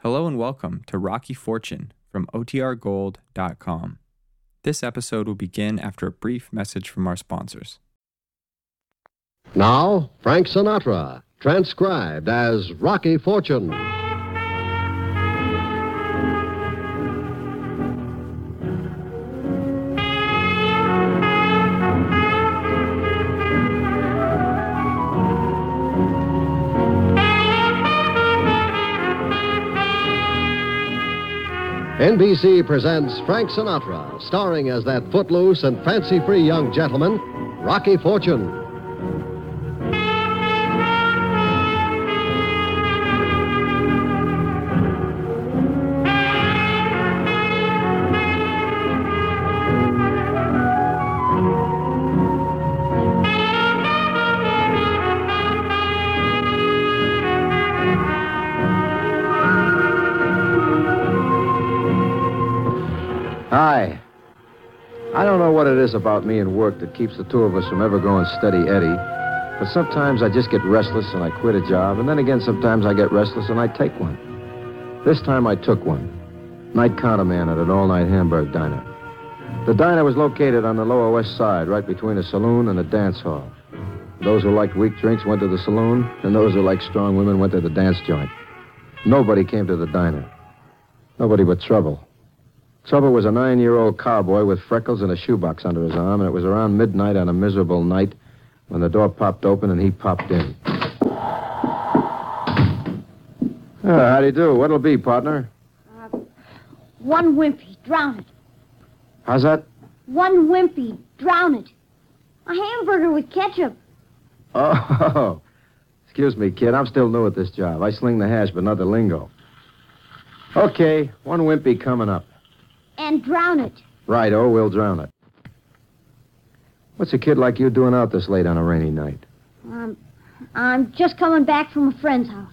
Hello and welcome to Rocky Fortune from OTRGold.com. This episode will begin after a brief message from our sponsors. Now, Frank Sinatra, transcribed as Rocky Fortune. NBC presents Frank Sinatra, starring as that footloose and fancy free young gentleman, Rocky Fortune. Hi. I don't know what it is about me and work that keeps the two of us from ever going steady Eddie. But sometimes I just get restless and I quit a job, and then again sometimes I get restless and I take one. This time I took one. Night counterman at an all-night Hamburg diner. The diner was located on the Lower West Side, right between a saloon and a dance hall. Those who liked weak drinks went to the saloon, and those who liked strong women went to the dance joint. Nobody came to the diner. Nobody but trouble. Trouble was a nine-year-old cowboy with freckles and a shoebox under his arm, and it was around midnight on a miserable night when the door popped open and he popped in. Uh, how do you do? What'll it be, partner? One wimpy, drown it. How's that? One wimpy, drown it. A hamburger with ketchup. Oh, excuse me, kid. I'm still new at this job. I sling the hash, but not the lingo. Okay, one wimpy coming up. And drown it. Right, oh, we'll drown it. What's a kid like you doing out this late on a rainy night? Um, I'm just coming back from a friend's house.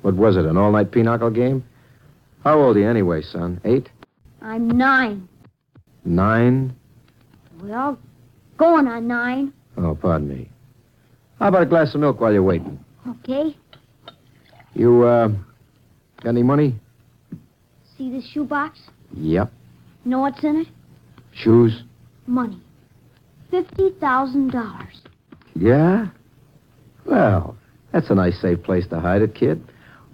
What was it, an all-night pinochle game? How old are you anyway, son? Eight? I'm nine. Nine? Well, going on nine, Oh, pardon me. How about a glass of milk while you're waiting? okay? You, uh, got any money? See this shoebox? Yep. Know what's in it? Shoes? Money. $50,000. Yeah? Well, that's a nice safe place to hide it, kid.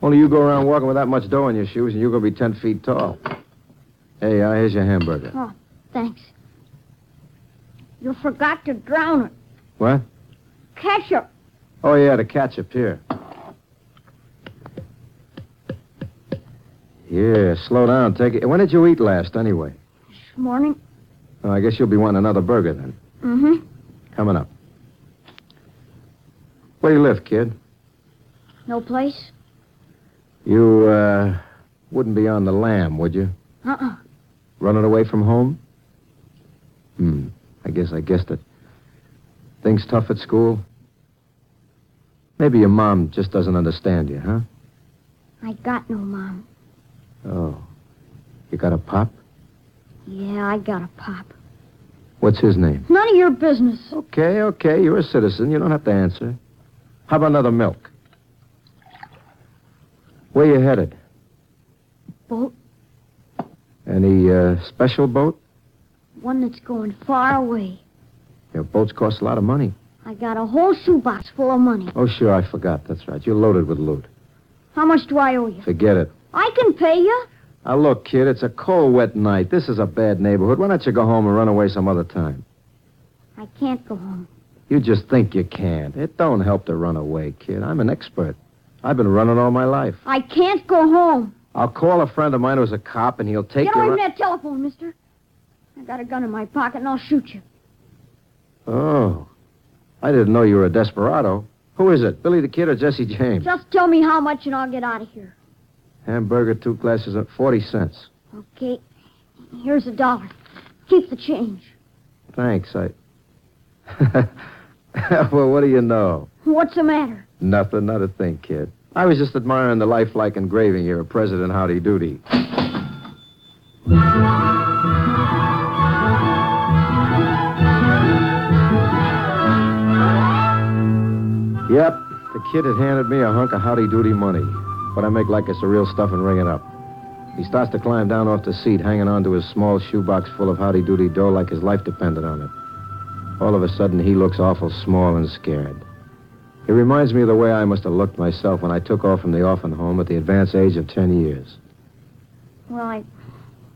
Only you go around walking with that much dough in your shoes and you're gonna be ten feet tall. Hey, uh, here's your hamburger. Thanks. You forgot to drown it. What? Ketchup. Oh, yeah, the ketchup here. Yeah, slow down. Take it. When did you eat last, anyway? This morning. Oh, I guess you'll be wanting another burger then. Mm-hmm. Coming up. Where do you live, kid? No place? You, uh, wouldn't be on the lam, would you? Uh-uh. Running away from home? Hmm. I guess I guessed it. Things tough at school? Maybe your mom just doesn't understand you, huh? I got no mom. Oh. You got a pop? Yeah, I got a pop. What's his name? None of your business. Okay, okay. You're a citizen. You don't have to answer. How about another milk? Where you headed? Boat, Any uh, special boat? one that's going far away. Your boats cost a lot of money. I got a whole shoebox full of money. Oh, sure, I forgot. That's right. You're loaded with loot. How much do I owe you? Forget it. I can pay you. Now, look, kid, it's a cold, wet night. This is a bad neighborhood. Why don't you go home and run away some other time? I can't go home. You just think you can't. It don't help to run away, kid. I'm an expert. I've been running all my life. I can't go home. I'll call a friend of mine who's a cop, and he'll take Get you... away ru- from that telephone, mister. I got a gun in my pocket and I'll shoot you. Oh. I didn't know you were a desperado. Who is it? Billy the Kid or Jesse James? Just tell me how much and I'll get out of here. Hamburger, two glasses at 40 cents. Okay. Here's a dollar. Keep the change. Thanks, I. well, what do you know? What's the matter? Nothing, not a thing, kid. I was just admiring the lifelike engraving here of President Howdy Doody. Yep, the kid had handed me a hunk of Howdy Doody money. but I make like it's the real stuff and ring it up. He starts to climb down off the seat, hanging on to his small shoebox full of howdy-doody dough like his life depended on it. All of a sudden, he looks awful small and scared. It reminds me of the way I must have looked myself when I took off from the orphan home at the advanced age of 10 years. Well, I,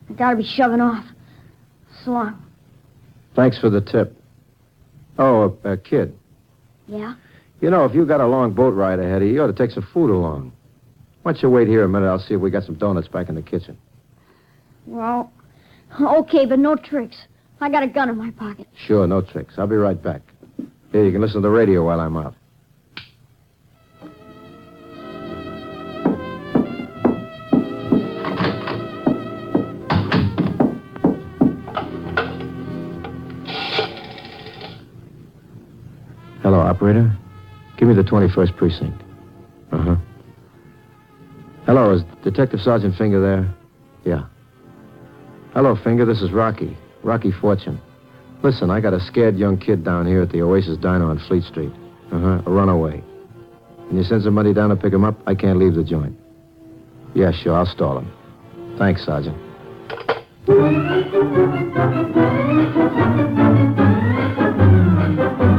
I gotta be shoving off. So long. Thanks for the tip. Oh, uh, uh, kid, Yeah? you know, if you got a long boat ride ahead of you, you ought to take some food along. Why don't you wait here a minute? I'll see if we got some donuts back in the kitchen. Well, okay, but no tricks. I got a gun in my pocket. Sure, no tricks. I'll be right back. Here, you can listen to the radio while I'm out. Hello, operator. Give me the 21st precinct. Uh huh. Hello, is Detective Sergeant Finger there? Yeah. Hello, Finger. This is Rocky. Rocky Fortune. Listen, I got a scared young kid down here at the Oasis Diner on Fleet Street. Uh huh. A runaway. And you send somebody down to pick him up? I can't leave the joint. Yeah, sure. I'll stall him. Thanks, Sergeant.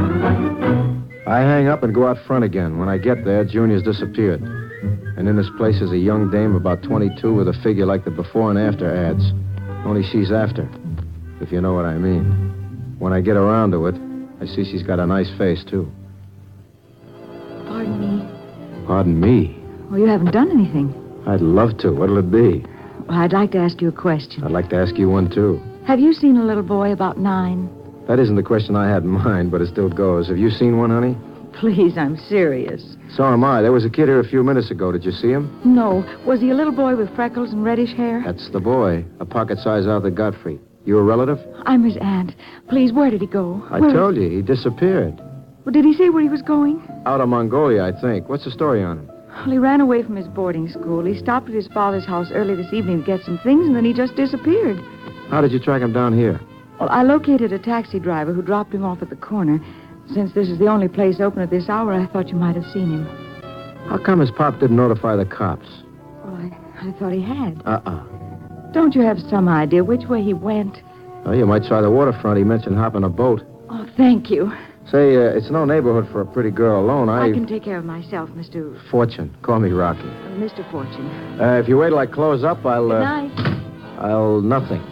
I hang up and go out front again. When I get there, Junior's disappeared. And in his place is a young dame about 22 with a figure like the before and after ads. Only she's after, if you know what I mean. When I get around to it, I see she's got a nice face, too. Pardon me. Pardon me. Well, Oh, you haven't done anything. I'd love to. What'll it be? Well, I'd like to ask you a question. I'd like to ask you one, too. Have you seen a little boy about nine? That isn't the question I had in mind, but it still goes. Have you seen one, honey? Please, I'm serious. So am I. There was a kid here a few minutes ago. Did you see him? No. Was he a little boy with freckles and reddish hair? That's the boy. A pocket size Arthur Godfrey. You a relative? I'm his aunt. Please, where did he go? I Where- told you, he disappeared. Well, did he say where he was going? Out of Mongolia, I think. What's the story on him? Well, he ran away from his boarding school. He stopped at his father's house early this evening to get some things, and then he just disappeared. How did you track him down here? Well, I located a taxi driver who dropped him off at the corner. Since this is the only place open at this hour, I thought you might have seen him. How come his pop didn't notify the cops? Well, I, I thought he had. Uh-uh. Don't you have some idea which way he went? Well, you might try the waterfront. He mentioned hopping a boat. Oh, thank you. Say, uh, it's no neighborhood for a pretty girl alone. I... I can take care of myself, Mr. Fortune. Call me Rocky. uh, Mr. Fortune. Uh, if you wait till I close up, I'll... Good Uh, night. I'll nothing.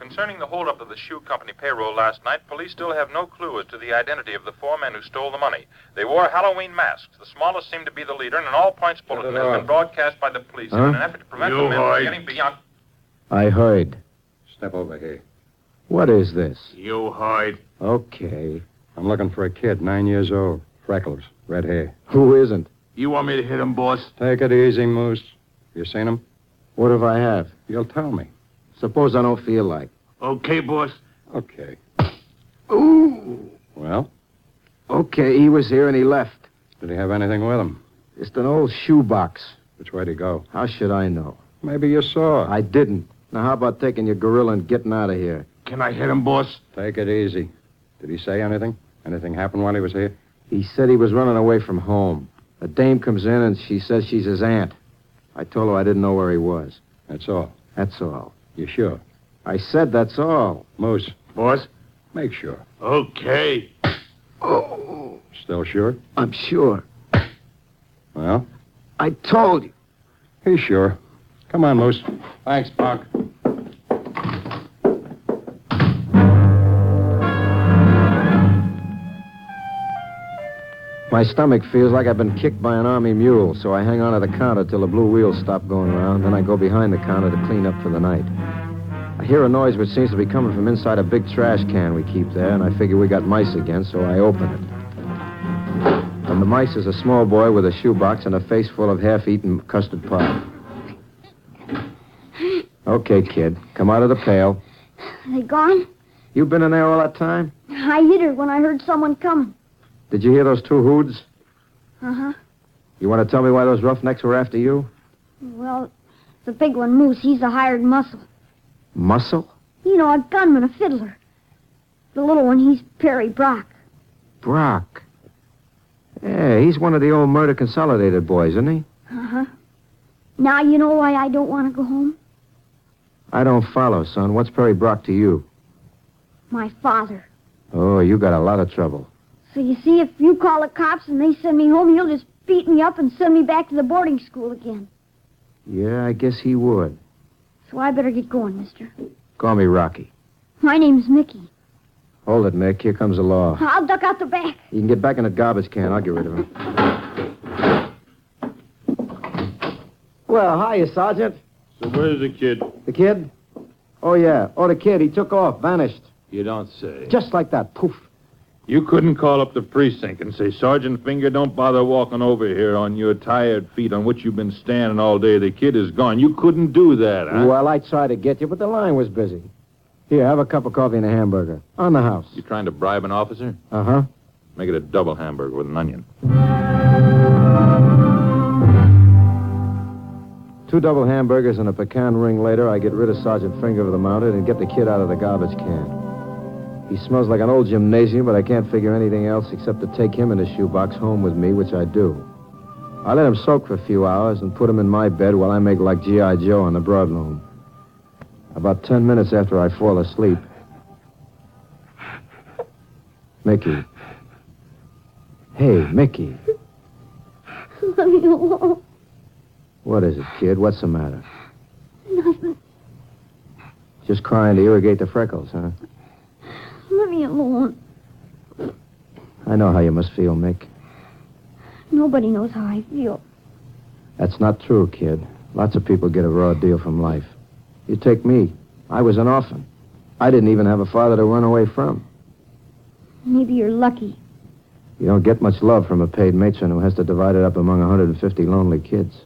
Concerning the holdup of the shoe company payroll last night, police still have no clue as to the identity of the four men who stole the money. They wore Halloween masks. The smallest seemed to be the leader, and an all points bulletin has been broadcast by the police Huh? in an effort to prevent the men from getting beyond. I heard. Step over here. What is this? You hide. Okay. I'm looking for a kid, nine years old. Freckles, red hair. Who isn't? You want me to hit him, boss? Take it easy, Moose. You seen him? What if I have? You'll tell me. Suppose I don't feel like. Okay, boss. Okay. Ooh. Well, Okay, he was here and he left. did he have anything with him? Just an old shoebox. Which way to go? How should I know? Maybe you saw. I didn't. Now, how about taking your gorilla and getting out of here? Can I hit him, boss? Take it easy. Did he say anything? Anything happened while he was here? He said he was running away from home. A dame comes in and she says she's his aunt. I told her I didn't know where he was. That's all. That's all. You sure? I said that's all. Moose, Boss? make sure. Okay. Oh, Still sure? I'm sure. Well, I told you. he's sure. Come on, Moose. Thanks, Buck. My stomach feels like I've been kicked by an army mule, so I hang on to the counter till the blue wheels stop going around. Then I go behind the counter to clean up for the night. I hear a noise which seems to be coming from inside a big trash can we keep there, and I figure we got mice again, so I open it. And the mice is a small boy with a shoebox and a face full of half-eaten custard pie. Okay, kid, come out of the pail. Are they gone? You been in there all that time? I hid her when I heard someone coming. Did you hear those two hoods? Uh-huh. You want to tell me why those roughnecks were after you? Well, the big one, Moose, he's a hired muscle. Muscle? You know, a gunman, a fiddler. The little one, he's Perry Brock. Brock. Yeah, he's one of the old murder consolidated boys, isn't he? Uh-huh. Now you know why I don't want to go home? I don't follow, son. What's Perry Brock to you? My father. Oh, you got a lot of trouble. So you see, if you call the cops and they send me home, he'll just beat me up and send me back to the boarding school again. Yeah, I guess he would. So I better get going, mister. Call me Rocky. My name's Mickey. Hold it, Mick. Here comes the law. I'll duck out the back. You can get back in the garbage can. I'll get rid of him. Well, hiya, Sergeant. So where's the kid? The kid? Oh, yeah. Oh, the kid. He took off, vanished. You don't say. Just like that. Poof. You couldn't call up the precinct and say, Sergeant Finger, don't bother walking over here on your tired feet on which you've been standing all day. The kid is gone. You couldn't do that, huh? Well, I tried to get you, but the line was busy. Here, have a cup of coffee and a hamburger. On the house. You trying to bribe an officer? Uh huh. Make it a double hamburger with an onion. Two double hamburgers and a pecan ring later, I get rid of Sergeant Finger of the Mounted and get the kid out of the garbage can. He smells like an old gymnasium, but I can't figure anything else except to take him in a shoebox home with me, which I do. I let him soak for a few hours and put him in my bed while I make like G.I. Joe on the broadloom. About ten minutes after I fall asleep. Mickey. Hey, Mickey. Let me alone. What is it, kid? What's the matter? Nothing. Just crying to irrigate the freckles, huh? Let me alone. I know how you must feel, Mick. Nobody knows how I feel. That's not true, kid. Lots of people get a raw deal from life. You take me. I was an orphan. I didn't even have a father to run away from. Maybe you're lucky. You don't get much love from a paid matron who has to divide it up among 150 lonely kids.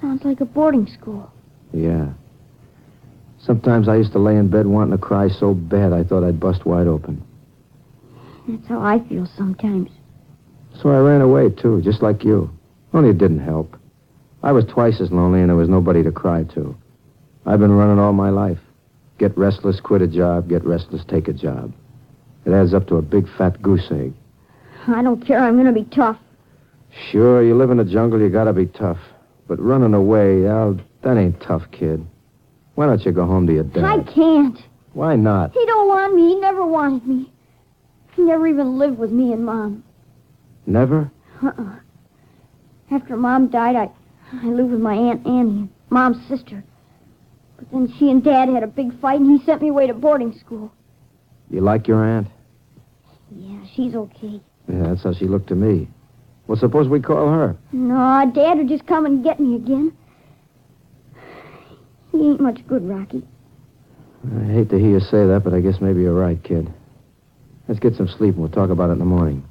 Sounds like a boarding school. Yeah. Sometimes I used to lay in bed wanting to cry so bad I thought I'd bust wide open. That's how I feel sometimes. So I ran away, too, just like you. Only it didn't help. I was twice as lonely, and there was nobody to cry to. I've been running all my life. Get restless, quit a job. Get restless, take a job. It adds up to a big fat goose egg. I don't care. I'm going to be tough. Sure, you live in the jungle, you gotta be tough. But running away, Al, that ain't tough, kid. Why don't you go home to your I dad? can't. Why not? He don't want me. He never wanted me. He never even lived with me and Mom. Never? Uh-uh. After Mom died, I, I lived with my Aunt Annie, and Mom's sister. But then she and Dad had a big fight, and he sent me away to boarding school. You like your aunt? Yeah, she's okay. Yeah, that's how she looked to me. Well, suppose we call her. No, Dad would just come and get me again. He ain't much good, Rocky. I hate to hear you say that, but I guess maybe you're right, kid. Let's get some sleep and we'll talk about it in the morning.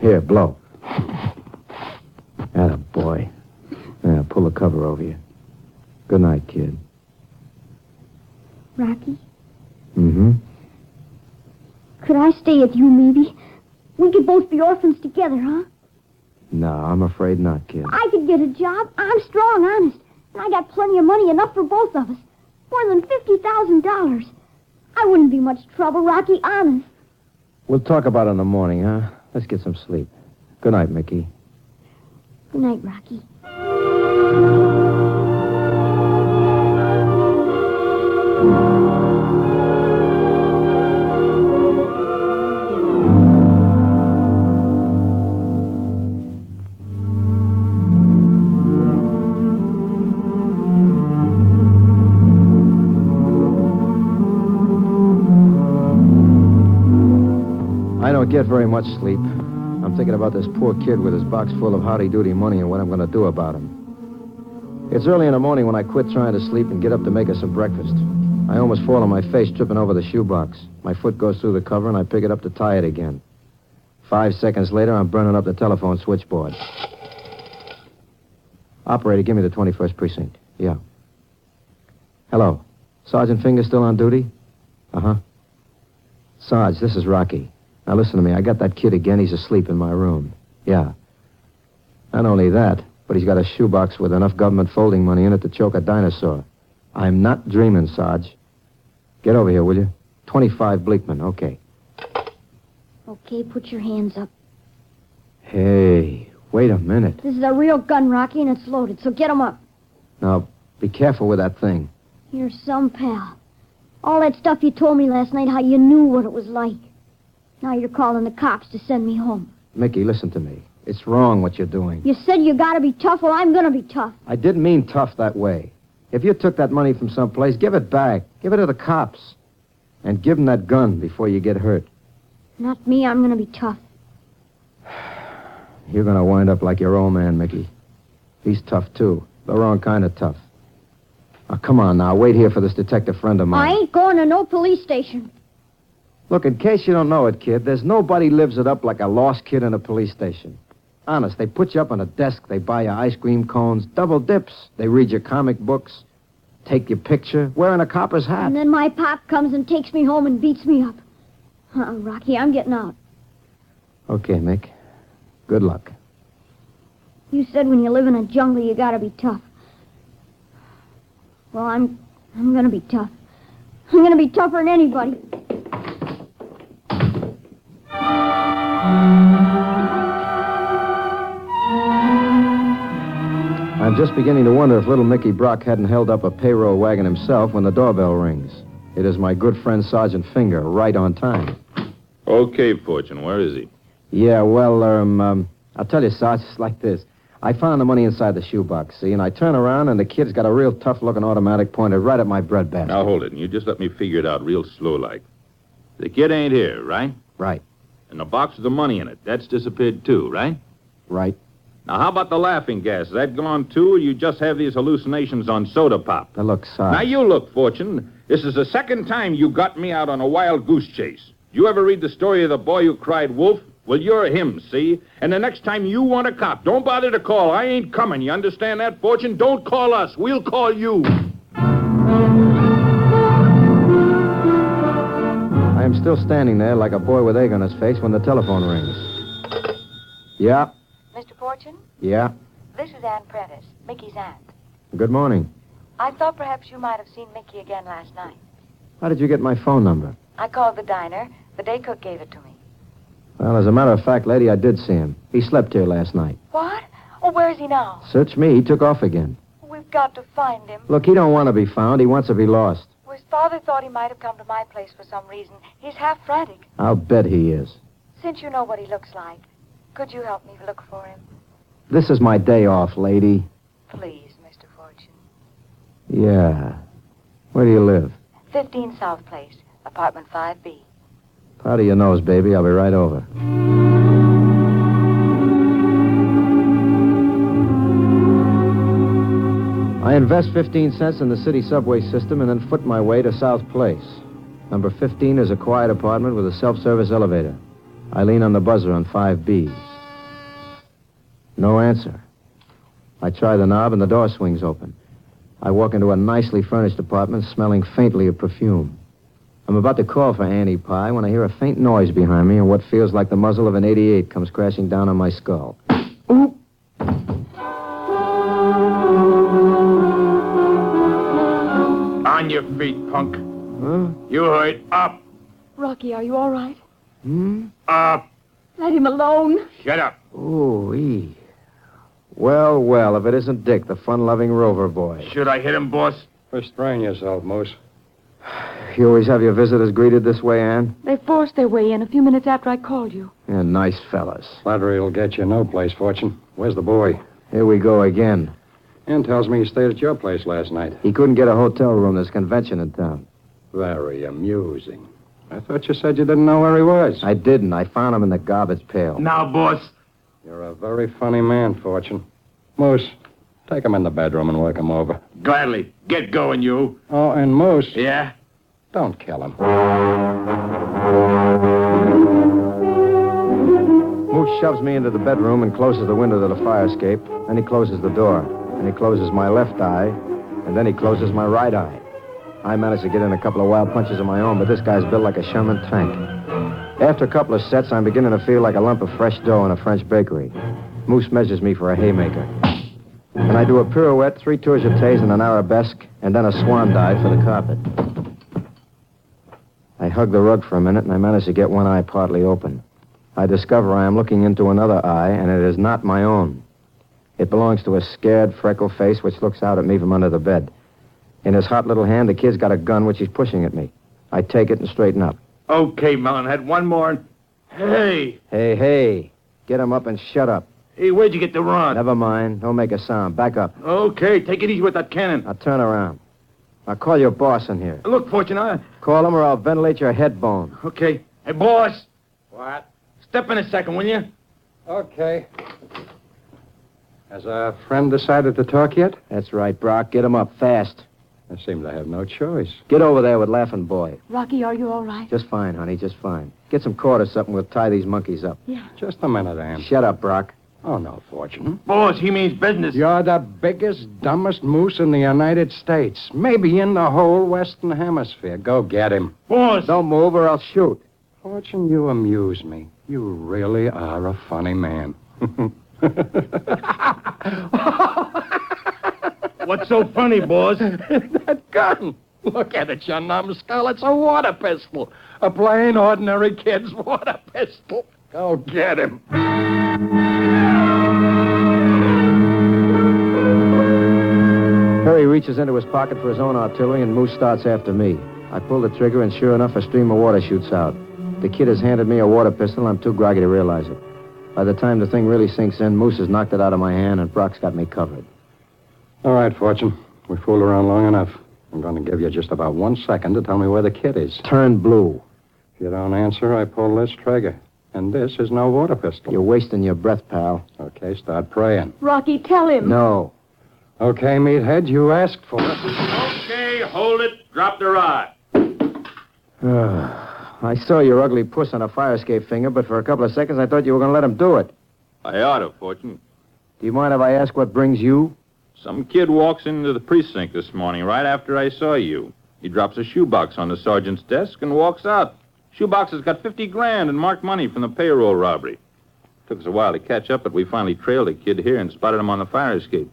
Here, blow. Atta boy. Yeah, pull the cover over you. Good night, kid. Rocky, Mm-hmm. could I stay with you, maybe? We could both be orphans together, huh? No, I'm afraid not, kid. I could get a job. I'm strong, honest. And I got plenty of money, enough for both of us. More than $50,000. I wouldn't be much trouble, Rocky, honest. We'll talk about it in the morning, huh? Let's get some sleep. Good night, Mickey. Good night, Rocky. I don't get very much sleep. I'm thinking about this poor kid with his box full of howdy-doody money and what I'm going to do about him. It's early in the morning when I quit trying to sleep and get up to make us some breakfast. I almost fall on my face tripping over the shoebox. My foot goes through the cover and I pick it up to tie it again. Five seconds later, I'm burning up the telephone switchboard. Operator, give me the 21st precinct. Yeah. Hello. Sergeant Finger still on duty? Uh-huh. Sarge, this is Rocky. Now listen to me. I got that kid again. He's asleep in my room. Yeah. Not only that, but he's got a shoebox with enough government folding money in it to choke a dinosaur. I'm not dreaming, Sarge. Get over here, will you? 25 Bleakman. Okay. Okay, put your hands up. Hey, wait a minute. This is a real gun, Rocky, and it's loaded, so get 'em up. Now, be careful with that thing. You're some pal. All that stuff you told me last night, how you knew what it was like. Now you're calling the cops to send me home. Mickey, listen to me. It's wrong what you're doing. You said you gotta be tough. Well, I'm gonna be tough. I didn't mean tough that way. If you took that money from someplace, give it back. Give it to the cops. And give them that gun before you get hurt. Not me. I'm gonna be tough. You're going to wind up like your old man, Mickey. He's tough, too. The wrong kind of tough. Now, come on now. Wait here for this detective friend of mine. I ain't going to no police station. Look, in case you don't know it, kid, there's nobody lives it up like a lost kid in a police station. Honest, they put you up on a desk, they buy you ice cream cones, double dips, they read your comic books, take your picture, wearing a copper's hat. And then my pop comes and takes me home and beats me up. Uh, Rocky, I'm getting out. Okay, Mick. Good luck. You said when you live in a jungle, you gotta be tough. Well, I'm, I'm gonna be tough. I'm gonna be tougher than anybody. I'm just beginning to wonder if little Mickey Brock hadn't held up a payroll wagon himself when the doorbell rings. It is my good friend Sergeant Finger, right on time. Okay, Fortune, where is he? Yeah, well, um, um, I'll tell you, Sarge, it's like this. I found the money inside the shoebox, see, and I turn around and the kid's got a real tough-looking automatic pointed right at my breadbasket. Now hold it, and you just let me figure it out real slow like. The kid ain't here, right? Right, And the box with the money in it, that's disappeared too, right? right. Now how about the laughing gas? Is that gone too, or you just have these hallucinations on soda pop? Now look, Sarge. Now you look, Fortune. This is the second time you got me out on a wild goose chase. You ever read the story of the boy who cried wolf? Well, you're him, see? And the next time you want a cop, don't bother to call. I ain't coming. You understand that, Fortune? Don't call us. We'll call you. I am still standing there like a boy with egg on his face when the telephone rings. Yeah, Mr. Fortune, yeah. this is Ann Prentice, Mickey's aunt. Good morning. I thought perhaps you might have seen Mickey again last night. How did you get my phone number? I called the diner. The day cook gave it to me. Well, as a matter of fact, lady, I did see him. He slept here last night. What? Oh, where is he now? Search me, he took off again. We've got to find him. Look, he don't want to be found. He wants to be lost. His father thought he might have come to my place for some reason. He's half frantic. I'll bet he is. Since you know what he looks like, could you help me look for him? This is my day off, lady. Please, Mr. Fortune. Yeah. Where do you live? 15 South Place, apartment 5B. Powder your nose, baby. I'll be right over. I invest 15 cents in the city subway system and then foot my way to South Place. Number 15 is a quiet apartment with a self service elevator. I lean on the buzzer on 5B. No answer. I try the knob and the door swings open. I walk into a nicely furnished apartment smelling faintly of perfume. I'm about to call for Annie Pie when I hear a faint noise behind me and what feels like the muzzle of an 88 comes crashing down on my skull. Oop. On your feet, punk. Huh? You heard. Up, Rocky, are you all right? Hmm? up. Let him alone. Shut up. Ooh, ee. Well, well, if it isn't Dick, the fun-loving rover boy. Should I hit him, boss? Restrain yourself, Moose. You always have your visitors greeted this way, Ann? They forced their way in a few minutes after I called you. Yeah, nice fellas. Flattery will get you no place, Fortune. Where's the boy? Here we go again. Ann tells me he stayed at your place last night. He couldn't get a hotel room. There's convention in town. Very amusing. I thought you said you didn't know where he was. I didn't. I found him in the garbage pail. Now, boss. You're a very funny man, Fortune. Moose, take him in the bedroom and work him over. Gladly. Get going, you. Oh, and Moose, Yeah? don't kill him. Moose shoves me into the bedroom and closes the window to the fire escape. Then he closes the door. And he closes my left eye. And then he closes my right eye. I manage to get in a couple of wild punches of my own, but this guy's built like a Sherman tank. After a couple of sets, I'm beginning to feel like a lump of fresh dough in a French bakery. Moose measures me for a haymaker. And I do a pirouette, three tours jetés, and an arabesque, and then a swan dive for the carpet. I hug the rug for a minute, and I manage to get one eye partly open. I discover I am looking into another eye, and it is not my own. It belongs to a scared, freckle face which looks out at me from under the bed. In his hot little hand, the kid's got a gun which he's pushing at me. I take it and straighten up. Okay, Melonhead, one more. and- Hey, Hey, hey, get him up and shut up. hey, where'd you get the run? Never mind. Don't make a sound. Back up. Okay, take it easy with that cannon. Now turn around. Now call your boss in here. Look, Fortune, I... Call him or I'll ventilate your head bone. Okay. Hey, boss. What? Step in a second, will you? Okay. Has our friend decided to talk yet? That's right, Brock. Get him up fast. I seem to have no choice. Get over there with Laughing Boy. Rocky, are you all right? Just fine, honey. Just fine. Get some cord or something. We'll tie these monkeys up. Just a minute, Ann. Shut up, Brock. Oh, no, Fortune. Boss, he means business. You're the biggest, dumbest moose in the United States. Maybe in the whole Western Hemisphere. Go get him. Boss. Don't move or I'll shoot. Fortune, you amuse me. You really are a funny man. What's so funny, boss? that gun. Look at it, you numbskull. It's a water pistol. A plain, ordinary kid's water pistol. Go get him. Harry reaches into his pocket for his own artillery, and Moose starts after me. I pull the trigger, and sure enough, a stream of water shoots out. The kid has handed me a water pistol, and I'm too groggy to realize it. By the time the thing really sinks in, Moose has knocked it out of my hand, and Brock's got me covered. All right, Fortune. We fooled around long enough. I'm going to give you just about one second to tell me where the kid is. Turn blue. If you don't answer, I pull this trigger. And this is no water pistol. You're wasting your breath, pal. Okay, start praying. Rocky, tell him. No. Okay, meathead, you asked for it. Okay, hold it. Drop the rod. I saw your ugly puss on a fire escape finger, but for a couple of seconds I thought you were going to let him do it. I ought to, Fortune. Do you mind if I ask what brings you? Some kid walks into the precinct this morning right after I saw you. He drops a shoebox on the sergeant's desk and walks out. Shoebox has got 50 grand in marked money from the payroll robbery. Took us a while to catch up, but we finally trailed the kid here and spotted him on the fire escape.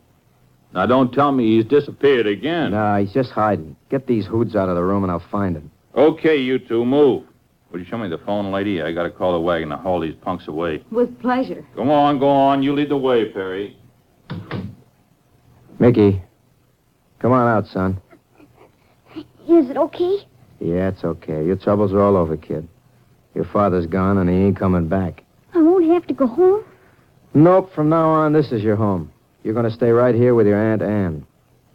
Now, don't tell me he's disappeared again. Nah, he's just hiding. Get these hoods out of the room and I'll find him. Okay, you two, move. Will you show me the phone, lady? I gotta call the wagon to haul these punks away. With pleasure. Go on, go on. You lead the way, Perry. Mickey, come on out, son. Is it okay? Yeah, it's okay. Your troubles are all over, kid. Your father's gone and he ain't coming back. I won't have to go home. Nope, from now on, this is your home. You're going to stay right here with your Aunt Anne.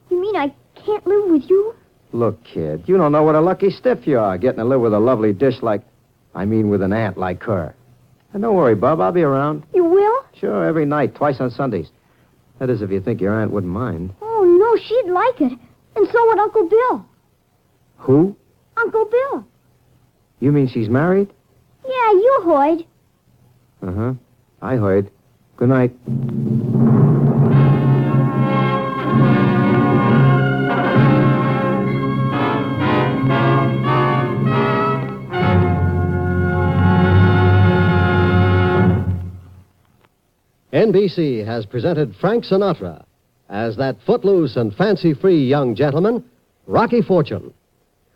You mean I can't live with you? Look, kid, you don't know what a lucky stiff you are getting to live with a lovely dish like. I mean, with an aunt like her. And don't worry, Bub, I'll be around. You will? Sure, every night, twice on Sundays. That is, if you think your aunt wouldn't mind. Oh, no, she'd like it. And so would Uncle Bill. Who? Uncle Bill. You mean she's married? Yeah, you, Hoyd. Uh huh. I heard. Good night. NBC has presented Frank Sinatra as that footloose and fancy free young gentleman, Rocky Fortune.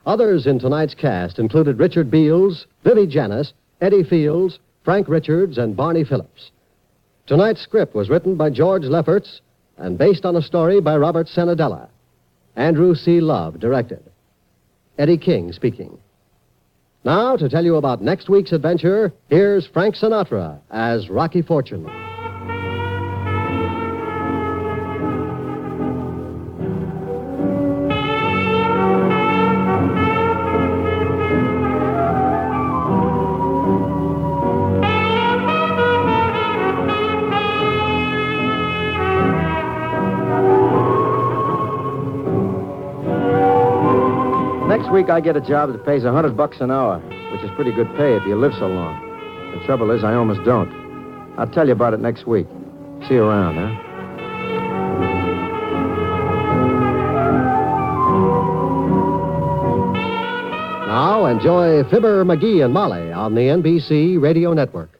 Others in tonight's cast included Richard Beals, Billy Janis, Eddie Fields, Frank Richards, and Barney Phillips. Tonight's script was written by George Lefferts and based on a story by Robert Senadella. Andrew C. Love directed. Eddie King speaking. Now, to tell you about next week's adventure, here's Frank Sinatra as Rocky Fortune. Next week, I get a job that pays a hundred bucks an hour, which is pretty good pay if you live so long. The trouble is, I almost don't. I'll tell you about it next week. See you around, huh? Now enjoy Fibber, McGee, and Molly on the NBC Radio Network.